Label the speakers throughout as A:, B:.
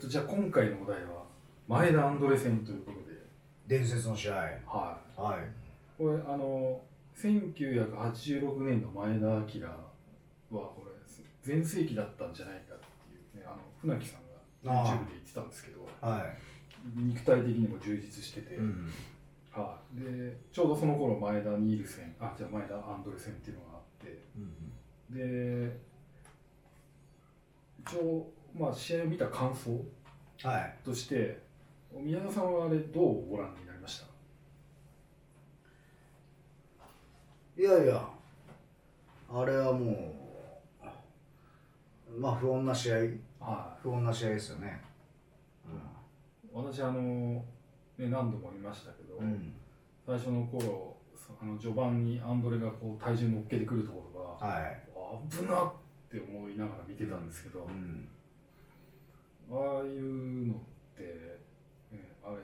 A: とじゃあ今回のお題は前田アンドレ戦ということで、
B: 伝説の試合。
A: は
B: はい。
A: い、これあの1986年の前田明はこれ全盛期だったんじゃないかっていうねあの船木さんが YouTube で言ってたんですけど
B: は
A: 肉体的にも充実して
B: い。
A: て、
B: うん。
A: はい、でちょうどその頃前田ニールセンあじゃあ前田アンドレセンっていうのがあって
B: うん
A: で一応、まあ、試合を見た感想
B: はい。
A: として宮田さんはあれどうご覧になりました
C: いやいや、あれはもう、まあ不穏な試合、
A: は
C: 不穏な試合ですよね。
A: い私あの、ね、何度も見ましたけど、
C: うん。
A: 最初の頃そあの序盤にアンドレがこう体重乗っけてくるところが
C: はい。
A: 危なって思いながら見てたんですけど、
C: うん。
A: ああいうのって、ねあれ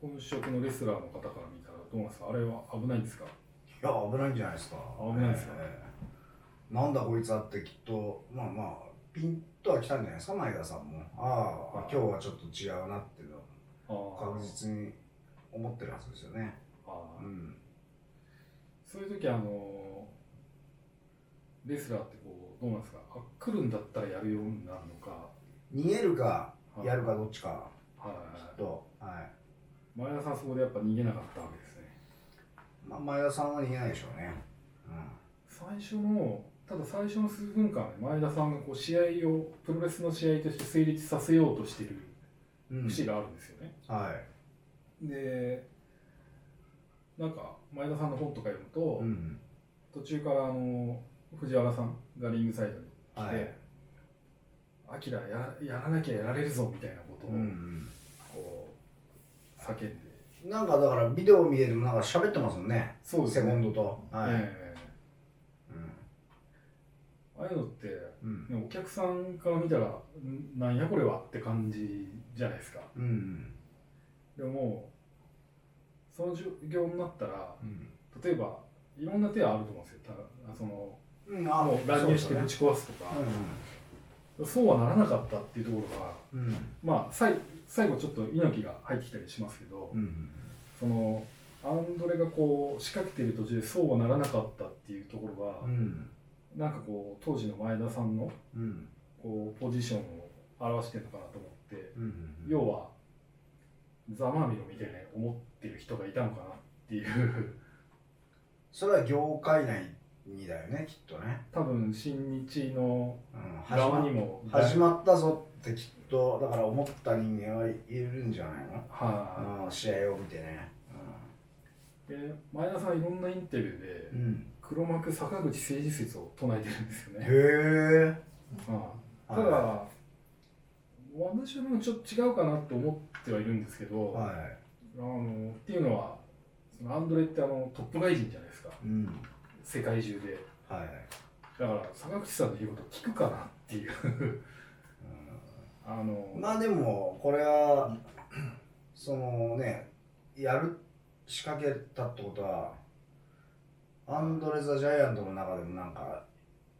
A: 本職のレスラーの方から見たらどうなんですかあれは危ないんですか
C: いや、危ないんじゃないですか。
A: 危ないですか
C: ええなんだこいつあってきっと、まあまあ、ピンとは来たんじゃないですか、前田さんも。ああ、今日はちょっと違うなっていうのは
A: あー
C: 確実に思ってるはずですよね。
A: あー
C: うん。
A: そういう時あのレスラーってこうどうなんですかあ来るんだったらやるようになるのか
C: 逃げるか、
A: はい
C: やるかどっちか、
A: はい
C: きっと。はい。
A: 前田さんそこでやっぱ逃げなかったわけですね
C: まあ、前田さんは逃げないでしょうね。
A: 最初のただ最初の数分間ね前田さんがこう試合をプロレスの試合として成立させようとしてる
C: うん。うん。
A: 節があるんですよね、
C: はい。
A: でなんか前田さんの本とか読むと、
C: うん。
A: 途中からあの藤原さんがリングサイドに来
C: は
A: て
C: い。
A: 「アキラややらなきゃやられるぞ」みたいなことを
C: うん
A: こう叫んで、
C: うん、なんかだからビデオ見えるとなんか喋ってますもんね
A: そうです
C: セコ
A: ね、
C: ンドとはい、
A: ええああいうのって、
C: うん
A: ねお客さんから見たら「んなんやこれは」って感じじゃないですか
C: うんうん
A: でもその状況になったら
C: うん
A: 例えばいろんな手はあると思うんですよたその
C: うんあ
A: あの乱入して
C: そ
A: ぶ
C: うです
A: ち壊すとか
C: ね
A: そうはならなかったっていうところが
C: うんうん
A: まあ、さい最後ちょっと猪木が入ってきたりしますけど、
C: うん
A: そのアンドレがこう仕掛けてる途中でそうはならなかったっていうところが
C: う、ん
A: なんかこう当時の前田さんの
C: うん
A: こうポジションを表してるのかなと思って、
C: うん
A: 要はざまみろみたいな思ってる人がいたのかなっていう
C: それは業界内にだよねきっとね、
A: 多分新日の
C: うん、始
A: 側
C: ま
A: にも
C: 始まったぞってきっとだから思った人間はいるんじゃないのあ
A: は
C: の試合を見てね
A: い、で前田さんいろんなインタビューで
C: うん、うん、
A: 黒幕坂口誠二説を唱えてるんですよね。
C: へえ
A: うんただ、私はもうちょっと違うかなと思ってはいるんですけど、
C: は
A: あのっていうのはそのアンドレってあのトップ外人じゃないですか
C: いうん
A: 世界中で
C: はい
A: だから坂口さんの言うこと聞くかなっていう あの、
C: まあでもこれはそのねやる仕掛けたってことはアンドレ・ザ・ジャイアントの中でもなんか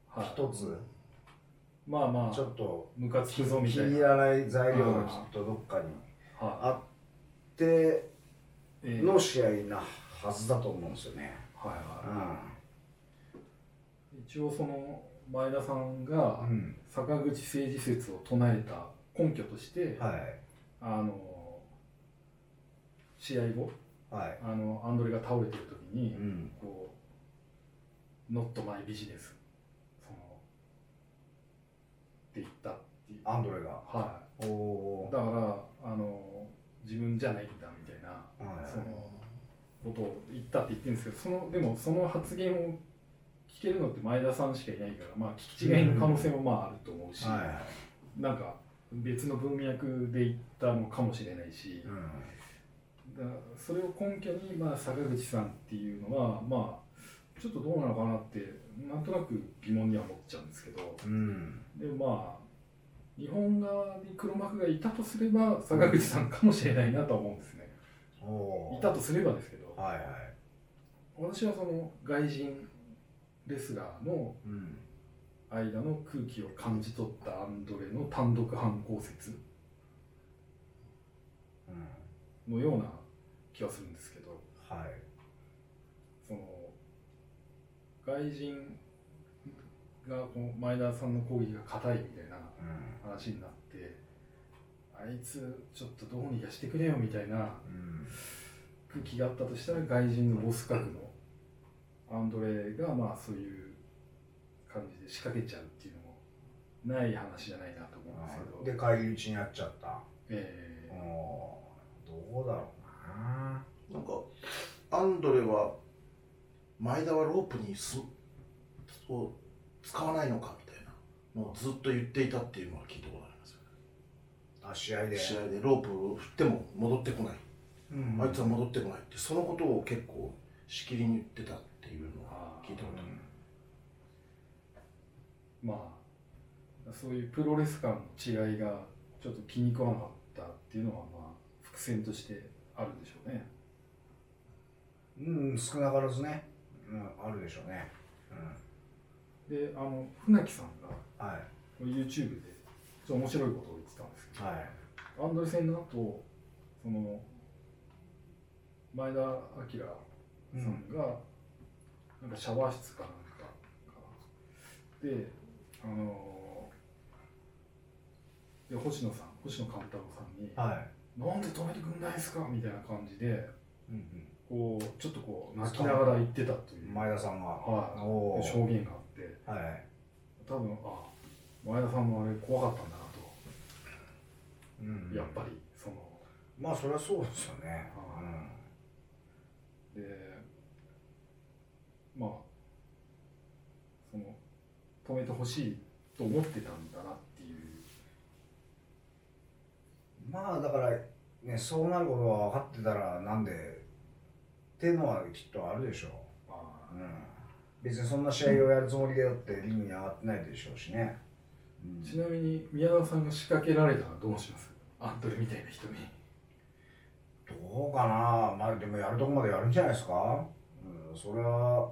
A: はい
C: 一つ
A: まあま
C: ちょ
A: あ
C: っと
A: ムカつくぞみ
C: 気
A: たい
C: に入
A: な、
C: らない材料がきっとどっかに
A: は
C: あって
A: いええ
C: の試合なはずだと思うんですよね。
A: はいうは
C: ん
A: い、一応その前田さんが
C: うん
A: 坂口政治説を唱えた根拠として、
C: はい
A: あの試合後
C: はい
A: あのアンドレが倒れてる時に、
C: うん
A: こう「ノットマイビジネス」そのって言ったっていう
C: アンドレが。
A: は
C: お
A: い
C: お
A: だからあの自分じゃないんだみたいな
C: ー。はい
A: そのことを言ったって言ってるんですけどそのでもその発言を聞けるのって前田さんしかいないからまあ聞き違いの可能性もまああると思うし、
C: は
A: なんか別の文脈で言ったのかもしれないし
C: い。う、ん
A: だからそれを根拠に、まあ、坂口さんっていうのは、まあ、ちょっとどうなのかなってなんとなく疑問には思っちゃうんですけど
C: うん
A: でもまあ日本側に黒幕がいたとすれば坂口さんかもしれないなとは思うんですね
C: おー
A: いたとすればですけど
C: はいはい。
A: 私はその外人レスラーの
C: うん
A: 間の空気を感じ取ったアンドレの単独犯行説のような気はするんですけど
C: はい
A: その外人がこの前田さんの攻撃が硬いみたいな
C: う
A: 話になってあいつちょっとどうにかしてくれよみたいなん
C: うん
A: 空気があったとしたら外人のボス格のアンドレがまあそういう感じで仕掛けちゃうっていうのもない話じゃないなと思うんですけど。
C: で返り討ちになっちゃった
A: えー
C: おーどうだろうな
D: なんかアンドレは前田はロープにすを使わないのかみたいなのをずっと言っていたっていうのは聞いたことあります
C: あ試
D: よ
C: 合で
D: ね試合でロープを振っても戻ってこない、
C: うん
D: あいつは戻ってこないってそのことを結構しきりに言ってたっていうのは聞いたことある
A: まあそういうプロレス感の違いがちょっと気に食わなかったっていうのはまあ伏線としてあるんでしょうね。
C: うん、少なからずね、うん、あるでしょうね、う
A: であの船木さんが
C: ん、はい
A: YouTube でちょっと面白いことを言ってたんですけど、
C: はい
A: アンドレ戦の後その前田明
C: う
A: さ
C: ん
A: んが、なんかシャワー室かなんかかなであのーで星野さん星野勘太郎さんに
C: はい
A: 「なんで止めてくんないですか?」みたいな感じで
C: うん
A: こうちょっとこう泣きながら言ってたという
C: うん、前田さんが、
A: はい
C: おー
A: 証言があって
C: はい
A: 多分あ前田さんもあれ怖かったんだなと
C: うん
A: やっぱりその
C: まあそれはそうですよね、
A: は
C: う、
A: でまあその止めてほしいと思ってたんだなっていうん
C: まあだからねそうなることは分かってたらなんでっていうのはきっとあるでしょ
A: ま
C: う、
A: あ
C: うん、別にそんな試合をやるつもりでだってリングに上がってないでしょうしね、うん
A: ちなみに宮田さんが仕掛けられたらどうしますアントレみたいな人に
C: どうかなまあでもやるとこまでやるんじゃないですかうんそれは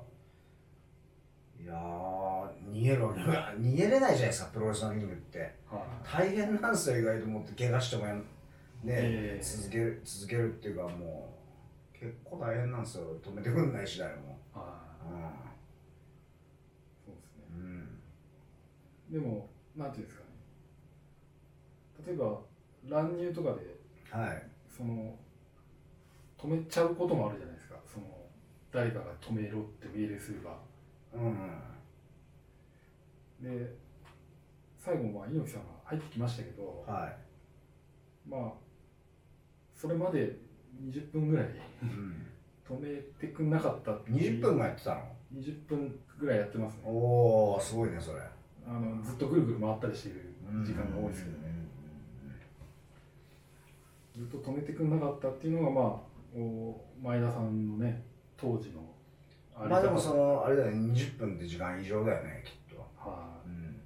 C: いやー逃げるわけには逃げれないじゃないですかプロレスのリングって
A: はい
C: 大変なんですよ意外と思って怪我してもやんね、
A: ええ
C: 続ける続けるっていうかもう結構大変なんですよ止めてくんないしだよも
A: ああそうですね
C: うん、うん、
A: でもなんていうんですかね例えば乱入とかで
C: はい
A: その止めちゃうこともあるじゃないですかその誰かが止めろって命令すれば
C: うん
A: で最後まあ猪木さんが入ってきましたけど
C: はい
A: まあそれまで20分ぐらい
C: うん、
A: 止めてくんなかったっていう
C: 20分もやってたの
A: 20分ぐらいやってますね
C: おおすごいねそれ
A: あのずっとぐるぐる回ったりしてる時間が多いですけどね、ずっと止めてくんなかったっていうのがまあお前田さんのね当時のあ
C: まあでもそのあれだよね20分って時間異常だよねきっと、
A: は
C: うん、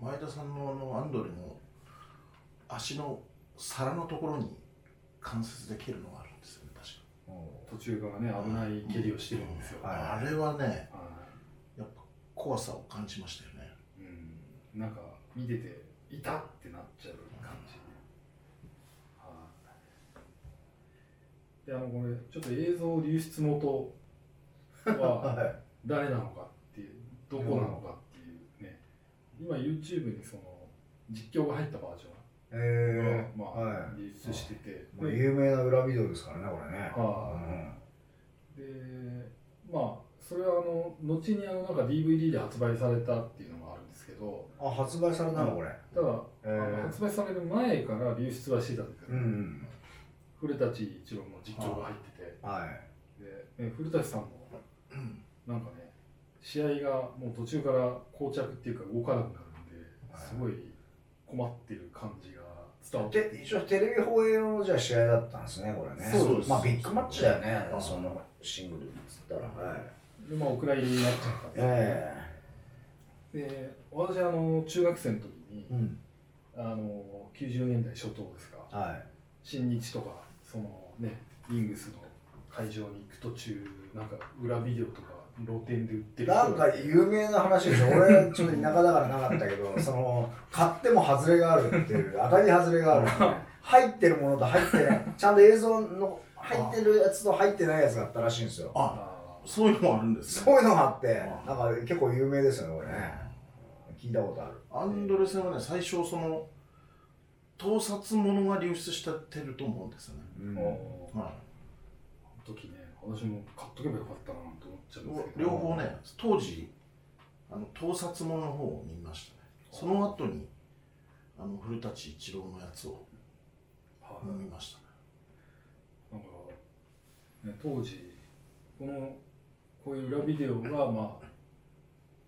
D: 前田さんのあのアンドレの足の皿のところに関節で蹴るのがあるんですよね確か
A: い途中からね危ない蹴りをしてるんですよ、
C: はい
D: あれはね
A: は
D: やっぱ怖さを感じましたよね
A: いうん、なんか見てていたってなっちゃう感じ、はいであのこれちょっと映像流出元 は
C: は
A: 誰なのかっていうどこなのかっていうね今 YouTube にその実況が入ったバージ
C: いえ
A: ョンが、
C: え
A: まあ
C: は
A: 流出してて
C: い、もう
A: で
C: 有名な裏ビデオですからねこれね
A: はでまあそれはあの後にあのなんか DVD で発売されたっていうのもあるんですけど
C: うん、あ発売されたのこれ、
A: ただ、あ
C: え
A: の
C: ー
A: 発売される前から流出はしてたんですよ、
C: うんうん
A: 古舘一郎の実況が入ってて、
C: はい
A: でね古舘さんもなんかね試合がもう途中から膠着っていうか動かなくなるんで
C: はい
A: すごい困ってる感じが伝わって
C: で一応テレビ放映のじゃあ試合だったんですねこれね
D: そうです
C: まあビッグマッチだよね
D: あ
C: そのシングルっつったらはい
A: でまあお蔵入りになっちゃったんです
C: え
A: で私あの中学生の時に
C: えうん
A: あの90年代初頭ですか
C: は
A: 新日とかそのねイングスの会場に行く途中なんか裏ビデオとか露店で売って
C: い
A: る人
C: なん
A: が
C: か有名な話でしょ俺ちょっと田舎だからなかったけどその買っても外れがあるっていう当たり外れがある、ね、入ってるものと入ってない、ちゃんと映像の入ってるやつと入ってないやつがあったらしいんですよ。
D: あ
A: あー
D: そういうのもあるんですね
C: そういうのがあって、
D: あ
C: なんか結構有名ですよね、これね。聞いたことある。
D: アンドレセンはね最初その盗撮物が流出したてると思うんですよね、
C: うん
A: もう
D: は
A: あの時ね私も買っとけばよかったなと思っちゃうんです
D: い、
A: けど
D: 両方ね当時あの盗撮物の方を見ましたねその後にあの古舘一郎のやつを
A: はい
D: 見ました
A: な
D: ね
A: んか、ね、当時このこういう裏ビデオが、まあ、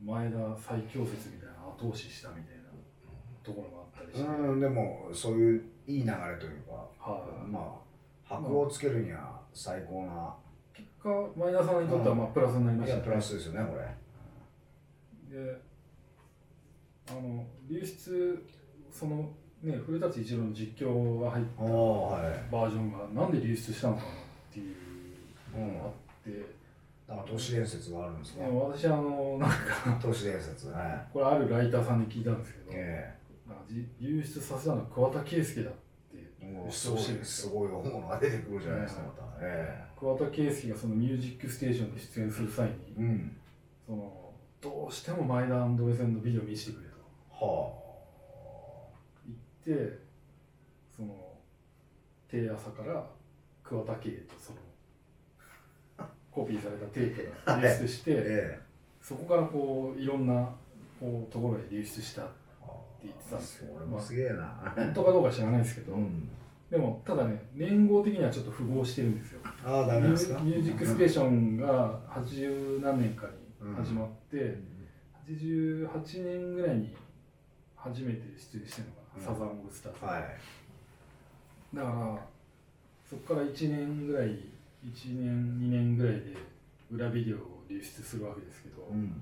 A: 前田最強説みたいな後押ししたみたいなところもあったりして、はい
C: うん、でも、そういういい流れというか、まあ、箔をつけるには最高な、
A: 結果前田さんにとってはまあプラスになりま
C: い
A: した
C: や、
A: ね
C: プラスですよね、これ。
A: であの流出そのね古舘一郎の実況が入っ
C: ああ、はい。
A: バージョンがなんで流出したのかなっていう
C: うん
A: のがあって、
C: なんか都市伝説があるんです
A: ね
C: ね。
A: 私あのなんか
C: 都市伝説。はい。
A: これあるライターさんに聞いたんですけど、
C: え
A: なんかじ流出させたのは桑田佳祐だって
C: えもうす
A: そ
C: ご
A: う
C: い
A: そう
C: すごい本物が出てくるじゃないですか、また。え
A: 桑田佳祐がその「ミュージックステーション」で出演する際に、
C: えうん。
A: そのどうしても前田アンドレセンのビデオ見せてくれと
C: は
A: 言ってその帝朝から桑田家へとそのコピーされたテープが流出し
C: あ。
A: て
C: え
A: そこからこういろんなこうところへ流出したって
C: えはあ
A: 言ってたんですけど、
C: 俺
A: ま
C: も
A: あ
C: すげえな。
A: 本当かどうか知らないですけど、
C: うん。
A: でもただね年号的にはちょっと符合してるんですよ
C: ああ、
A: ミ
C: ダ
A: ュ
C: メですか
A: ーミュージックステーションが80何年かに始まって、88年ぐらいに初めて出演してるのかな、
C: うん
A: サザンオールスターズ、
C: はい。
A: だからそこから1年ぐらい1年2年ぐらいで裏ビデオを流出するわけですけど、
C: うん。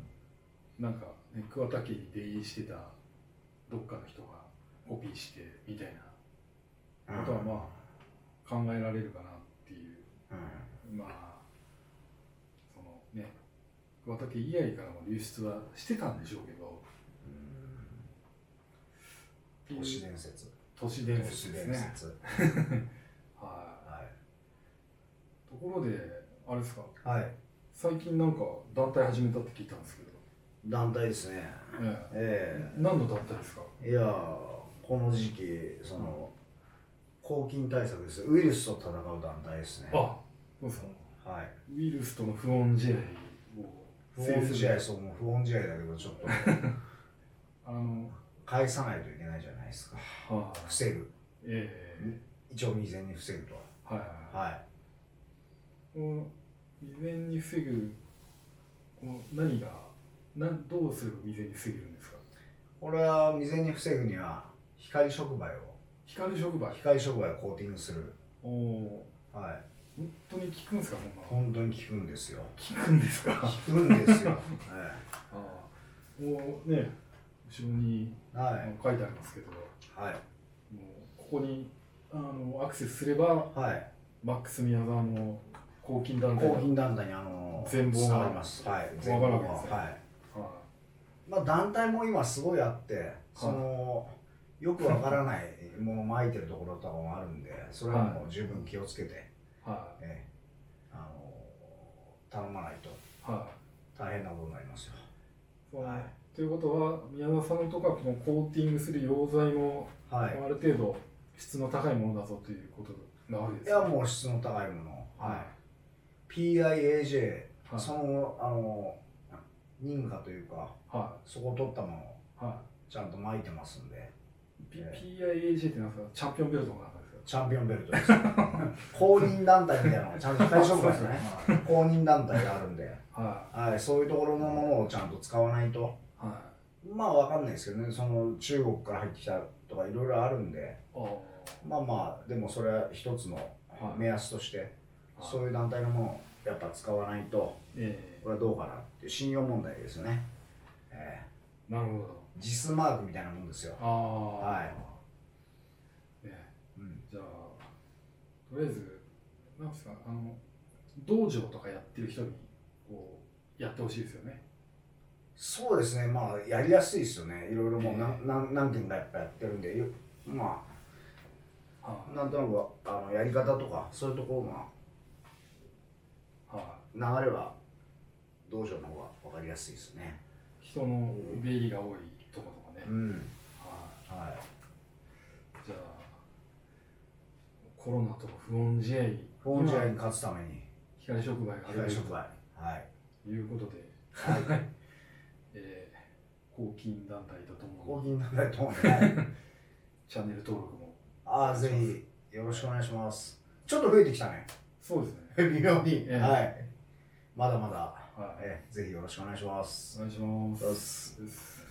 A: なんか、ね、桑田家に出入りしてたどっかの人がコピーしてみたいなことはまあ考えられるかなっていう
C: うん
A: まあそのね桑田家以外からも流出はしてたんでしょうけどっていう
C: 都市伝説。
A: 都市
C: 都
A: 伝
C: 市
A: 説です
C: 伝
A: ね
C: 説。
A: は
C: はい
A: ところであれですか
C: い。はい。
A: 最近なんか団体始めたって聞いたんですけど、
C: 団体ですね。
A: ええ
C: え
A: 何の団体ですか
C: え。いやー、この時期、その、抗菌対策ですよ。ウイルスと戦う団体ですね。
A: あそうですか
C: はい。
A: ウイルスとの不穏試合
C: 不
A: を
C: 穏試合、
A: 制する
C: そう、もう不穏試合だけど、ちょっと
A: あの
C: 返さないといけないじゃないですか。
A: はあ
C: 防ぐ。
A: ええ
C: 一応未然に防ぐと。
A: はいはいはい
C: はい。
A: この未然に防ぐこの何がなんどうすれば未然に防げるんですか
C: これは未然に防ぐには、光触媒を、
A: 光触媒
C: 光触媒をコーティングする。
A: おお
C: はい。
A: ー本当に効くんですかそんな
C: 本当に効くんですよ。
A: 効くんですか
C: 効くんです よ。
A: ああもうね後ろに
C: はい。
A: あの書いてありますけども
C: はい。
A: うここにあのアクセスすれば
C: はい。
A: マックス宮沢の公金団体
C: 抗菌団体に、あの、
A: 全貌が
C: 伝わります。はい。
A: わかるわけですね
C: はい。
A: は
C: まあ、団体も今すごいあって、そのよくわからないものをまいてるところとかもあるんで、それはもう十分気をつけて、
A: いはい
C: ええあの頼まないと
A: は
C: 大変なことになりますよ。
A: いそう
C: はい
A: ということは宮沢さんのとこはこのコーティングする溶剤も
C: は
A: あ
C: い。
A: る程度質の高いものだぞということなわけで
C: い
A: すね
C: や、もう質の高いもの、
A: は
C: はい、PIAJ、
A: いはい
C: そのあの認可というか、
A: は
C: そこを取ったものを
A: いは
C: ちゃんとまいてますんで、
A: い P- PIAG ってなんですかチャンピオンベルトの中ですか
C: チャンピオンベルトです。 公認団体みたいなのがちゃんと大丈夫ですね。公認団体があるんで。
A: は
C: はい、そういうところのものをちゃんと使わないと、
A: いはい
C: まあわかんないですけどね、その中国から入ってきたとかいろいろあるんで、
A: あー
C: まあまあ、でもそれは一つの
A: はい
C: 目安として、
A: はい
C: そういう団体のものをやっぱ使わないと、
A: え
C: これはどうかなっていう信用問題ですよね。え
A: ーなるほど
C: ー、実マークみたいなもんですよ。
A: ああ
C: はい
A: ね
C: うん、
A: じゃあとりあえずなんですかあの道場とかやってる人にこうやってほしいですよね
C: そうですね、まあやりやすいですよね、いろいろもう
A: え
C: 何,、何何件かやっぱやってるんで、よまあ、
A: はい
C: なんとなくあのやり方とかそういうとこ
A: は
C: ろが流れは道場の方が分かりやすいですね
A: い人の出入りが多いとことかね、
C: うん
A: は
C: は
A: い
C: い
A: じゃあコロナと不穏試合
C: フォンジャイに勝つために
A: 光触媒があ
C: 左
A: る
C: 触媒はい
A: ということで、
C: はい
A: えー、公金団体ととも
C: 大
A: に
C: きいなと思うね
A: チャンネル登録も
C: ああぜひよろしくお願いしますちょっと増えてきたね
A: そうですね
C: 微妙に、
A: ええ
C: はいまだまだ、
A: はい
C: ええぜひよろしくお願いします
A: お願いします
C: どうっす
A: うっす